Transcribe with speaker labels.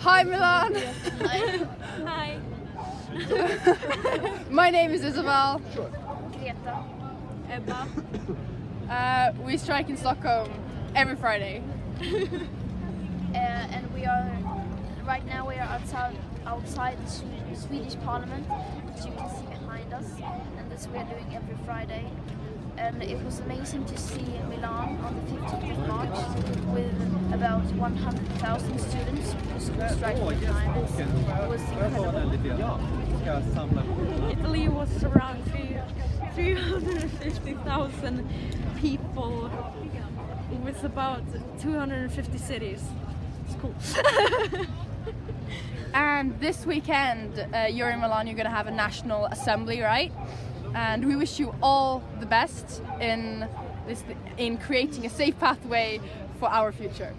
Speaker 1: Hi Milan.
Speaker 2: Hi.
Speaker 1: My name is Isabel.
Speaker 2: Greta. Ebba.
Speaker 1: Uh, we strike in Stockholm every Friday.
Speaker 2: Uh, and we are right now we are outside outside the Swe- Swedish Parliament, which you can see behind us, and this we are doing every Friday. And it was amazing to see Milan on the 15th of March with about 100,000 students who school strike
Speaker 3: Åh,
Speaker 2: for time. It was
Speaker 3: Får jag ta
Speaker 2: incredible.
Speaker 3: den lite grann? Ja. Ska samla ihop.
Speaker 4: Italy was around three- 350,000 people with about 250 cities. It's cool.
Speaker 1: And this weekend, uh, you're in Milan, you're going to have a national assembly, right? And we wish you all the best in this in creating a safe pathway for our future.